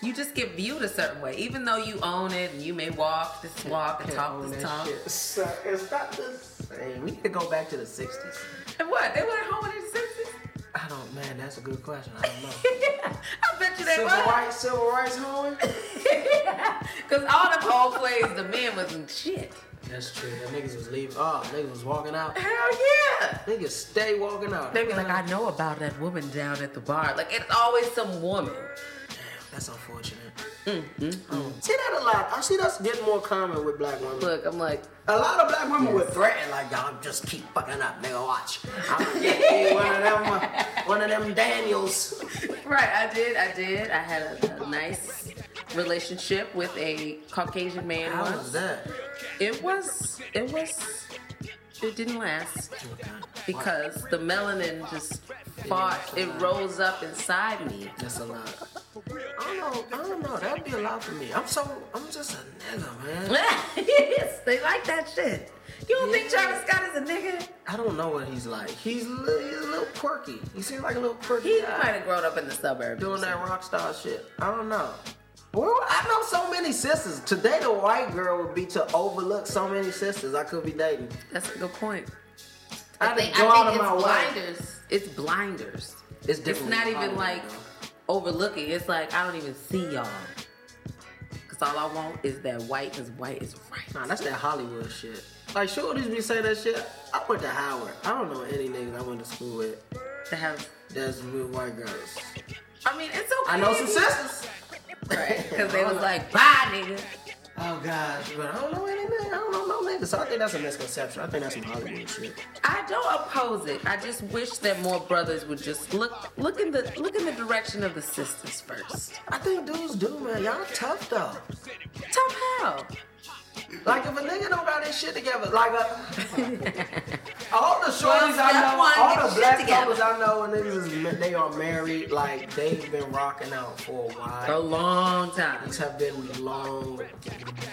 you just get viewed a certain way, even though you own it and you may walk this walk and
Can't
talk
own
this
that
talk.
shit. So, it's not the same. We need to go back to the '60s.
And what? They went home in the sixties.
I don't, man. That's a good question. I don't know.
I bet you they
civil
were.
rights, civil rights, hoeing.
Cause all them old plays, the men wasn't shit.
That's true. That niggas was leaving. Oh, niggas was walking out.
Hell yeah.
Niggas stay walking out.
They be like, I know about that woman down at the bar. Like it's always some woman.
"Ah." That's unfortunate. Oh. See that a lot. I see that's getting more common with black women.
Look, I'm like,
A lot of black women were threatened, like, y'all just keep fucking up, nigga, watch. I'm gonna get you one of them, uh, one of them Daniels.
right? I did, I did. I had a, a nice relationship with a Caucasian man
How
once.
was that?
It was, it was, it didn't last because the melanin just fought. It rose up inside me.
That's a lot. I don't know. I don't know. That'd be a lot for me. I'm so. I'm just a nigga, man.
yes, they like that shit. You don't think Travis Scott is a nigga?
I don't know what he's like. He's, li- he's a little quirky. He seems like a little quirky
He
guy.
might have grown up in the suburbs.
doing that rock star shit. I don't know. Well, I know so many sisters. Today, the white girl would be to overlook so many sisters I could be dating.
That's a good point.
I,
I
would
think,
go
I
out of
think
my
it's
way.
blinders. It's blinders.
It's
It's
different.
not
with
even
Hollywood,
like overlooking. It's like I don't even see y'all. Cause all I want is that white, cause white is
though. Nah,
right.
that's that Hollywood shit. Like, shorties be saying that shit. I went to Howard. I don't know any niggas I went to school with
To have,
that's with white girls.
I mean, it's okay.
I know some sisters.
right? Cause
I
they
don't
was
know.
like, bye, nigga.
Oh gosh, but I don't know any nigga. I don't know no niggas. So I think that's a misconception. I think that's some Hollywood shit.
I don't oppose it. I just wish that more brothers would just look, look in the, look in the direction of the sisters first.
I think dudes do, man. Y'all tough though.
Tough hell.
Like if a nigga don't got his shit together, like a, all
Well,
the shorties I
step
know,
one, get
all
your
the
shit
black
together.
couples I know, and niggas is ma- they are married. Like they've been rocking out for a
A
while.
long time.
These have been long,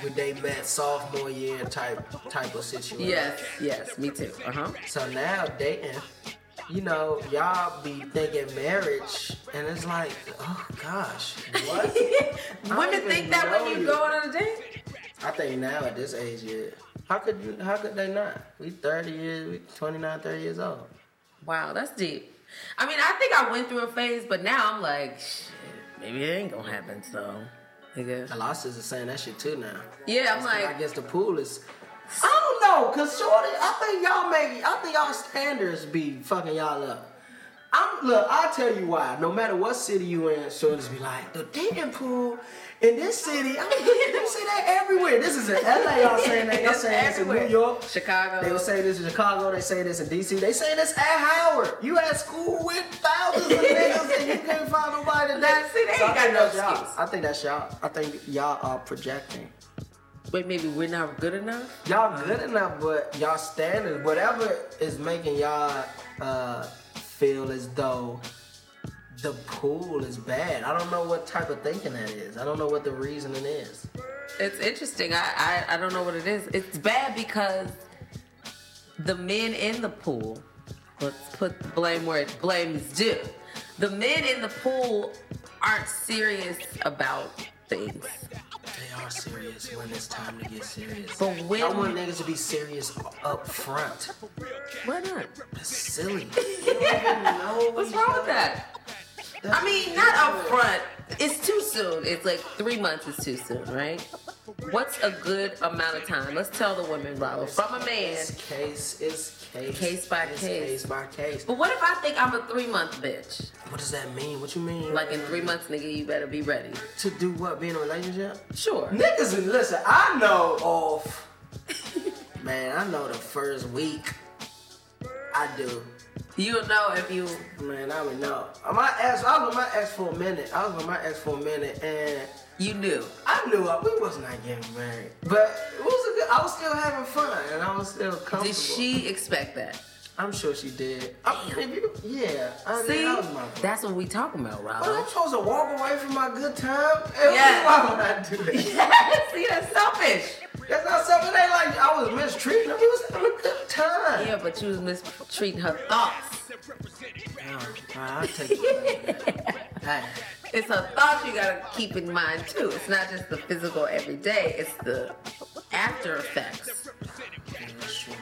when they met sophomore year type type of situation.
Yes, yes, me too. Uh huh.
So now dating, you know, y'all be thinking marriage, and it's like, oh gosh, what?
Women
even
think that when
know
you
you.
go on a date.
I think now at this age, yeah. How could you? How could they not? We 30 years, we 29, 30 years old.
Wow, that's deep. I mean, I think I went through a phase, but now I'm like, shit, maybe it ain't gonna happen. So,
A
nigga.
lot of sisters are saying that shit too now.
yeah, I'm
I
like,
guess the pool is. I don't know, cause shorty, I think y'all make, I think y'all standards be fucking y'all up. I'm look, I'll tell you why. No matter what city you in, shorties be like, the dating pool in this city, I mean, you see that everywhere. This is in LA, y'all saying that. Y'all
It's
saying this in New
everywhere.
York.
Chicago.
They will say this in Chicago. They say this in DC. They say this at Howard. You at school with thousands of niggas and you can't find nobody to date.
See, they
So I
ain't
think
got no
that's y'all.
excuse.
I think that's y'all. I think y'all are projecting.
wait, maybe we're not good enough.
Y'all good enough, but y'all standards, whatever is making y'all uh, feel as though the pool is bad. I don't know what type of thinking that is. I don't know what the reasoning is.
It's interesting. I, I I don't know what it is. It's bad because the men in the pool. Let's put the blame where it blame is due. The men in the pool aren't serious about things.
They are about serious when it's time to get serious.
But when?
I want niggas to be serious up front.
Why not?
That's silly.
What's wrong with that? I mean, not up front. It's too soon. It's like three months is too soon, right? What's a good amount of time? Let's tell the women, Lalo, from a man.
It's case, it's case.
Case by
it's
case.
Case by case.
But what if I think I'm a three month bitch?
What does that mean? What you mean?
Like in three months, nigga, you better be ready.
To do what? Be in a relationship?
Sure.
Niggas, listen, I know off. Man, I know the first week. I do.
You'll know if you.
Man, I would know. My ex, I was with my ex for a minute. I was with my ex for a minute, and
You knew.
I knew I, we was not getting married. But it was a good, I was still having fun, and I was still comfortable.
Did she expect that?
I'm sure she did. I'm, if you, yeah, I,
See,
that was my fault.
that's what we talking about,
But
Rob.
I'm supposed to walk away from my good time?
Yes.
Yeah. Why would I do that?
yes, see, that's selfish.
That's not something. It ain't like I was mistreating him. He was having a good time.
Yeah, but you was mistreating her thoughts.
I'll take it. hey,
It's her thoughts you gotta keep in mind too. It's not just the physical everyday. It's the after effects.
yeah, that's true.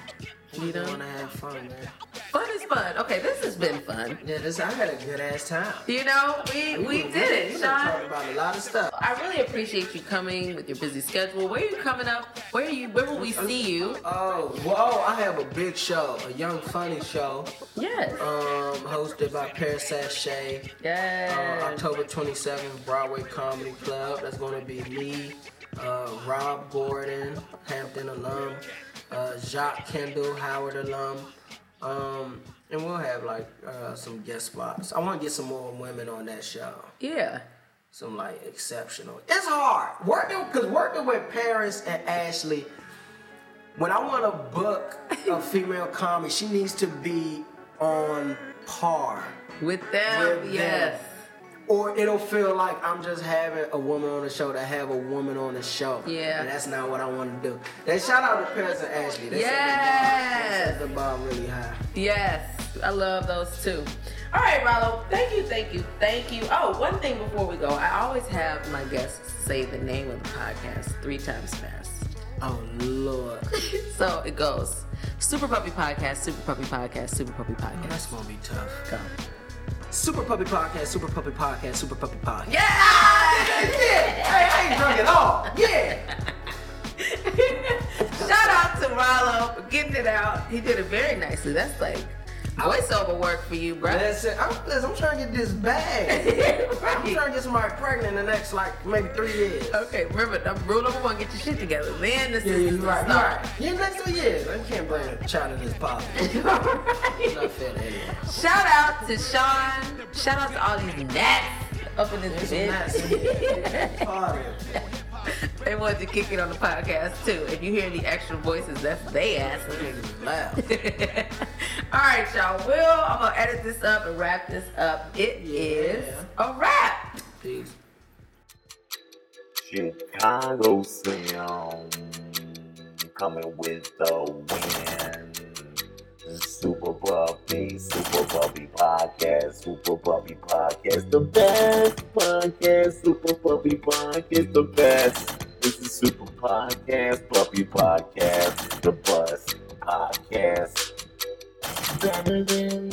You
You
know?
don't want to have fun, man.
Fun is fun. Okay, this has been fun.
Yeah, this, I had a good ass time.
You know, we we did it,
Talked
Sean.
about a lot of stuff.
I really appreciate you coming with your busy schedule. Where are you coming up? Where are you? Where will we see you?
Oh, whoa! I have a big show, a young funny show,
Yes.
um, hosted by Paris Sachet. Uh,
Yes.
October 27th, Broadway Comedy Club. That's going to be me, uh, Rob Gordon, Hampton alum, uh, Jacques Kendall, Howard alum, um, and we'll have like uh, some guest spots. I want to get some more women on that show.
Yeah.
Some like exceptional. It's hard working because working with Paris and Ashley. When I want to book a female comic, she needs to be on par
With them.
With
yes.
them. or it'll feel like I'm just having a woman on the show to have a woman on the show.
Yeah.
And that's not what I want to do. They shout out to Paris and Ashley. They
Yes.
set the bar, they set the bar really high.
Yes, I love those too. All right, Rollo, thank you, thank you, thank you. Oh, one thing before we go, I always have my guests say the name of the podcast three times fast.
Oh Lord,
so it goes Super Puppy Podcast, Super Puppy Podcast, Super Puppy Podcast.
that's gonna be tough.
Go.
Super Puppy Podcast, Super Puppy Podcast, Super Puppy Podcast.
Yeah!
Hey, I ain't drunk at all. Yeah.
Shout out to Rollo for getting it out. He did it very nicely. That's like voiceover work for you, bro.
Listen, I'm, listen, I'm trying to get this bag. I'm trying to get somebody pregnant in the next like maybe three years.
Okay, remember, num- rule number one, get your shit together. Then this
Yeah,
is
you're
the
right. You're
start.
right. Yeah, next three years. I can't blame a child in this poverty. It's not fair to anyone.
Shout out to Sean. Shout out to all these gnats up in this
There's some gnats in
bitch. they wanted to kick it on the podcast too. If you hear any extra voices, that's they ass. all
Loud.
right, y'all. Well, I'm gonna edit this up and wrap this up. It is a wrap.
Peace.
Chicago sound coming with the wind. Super Puppy, Super Puppy Podcast, Super Puppy Podcast, the best podcast, Super Puppy Podcast, the best. This is Super Podcast, Puppy Podcast, the best podcast. Better than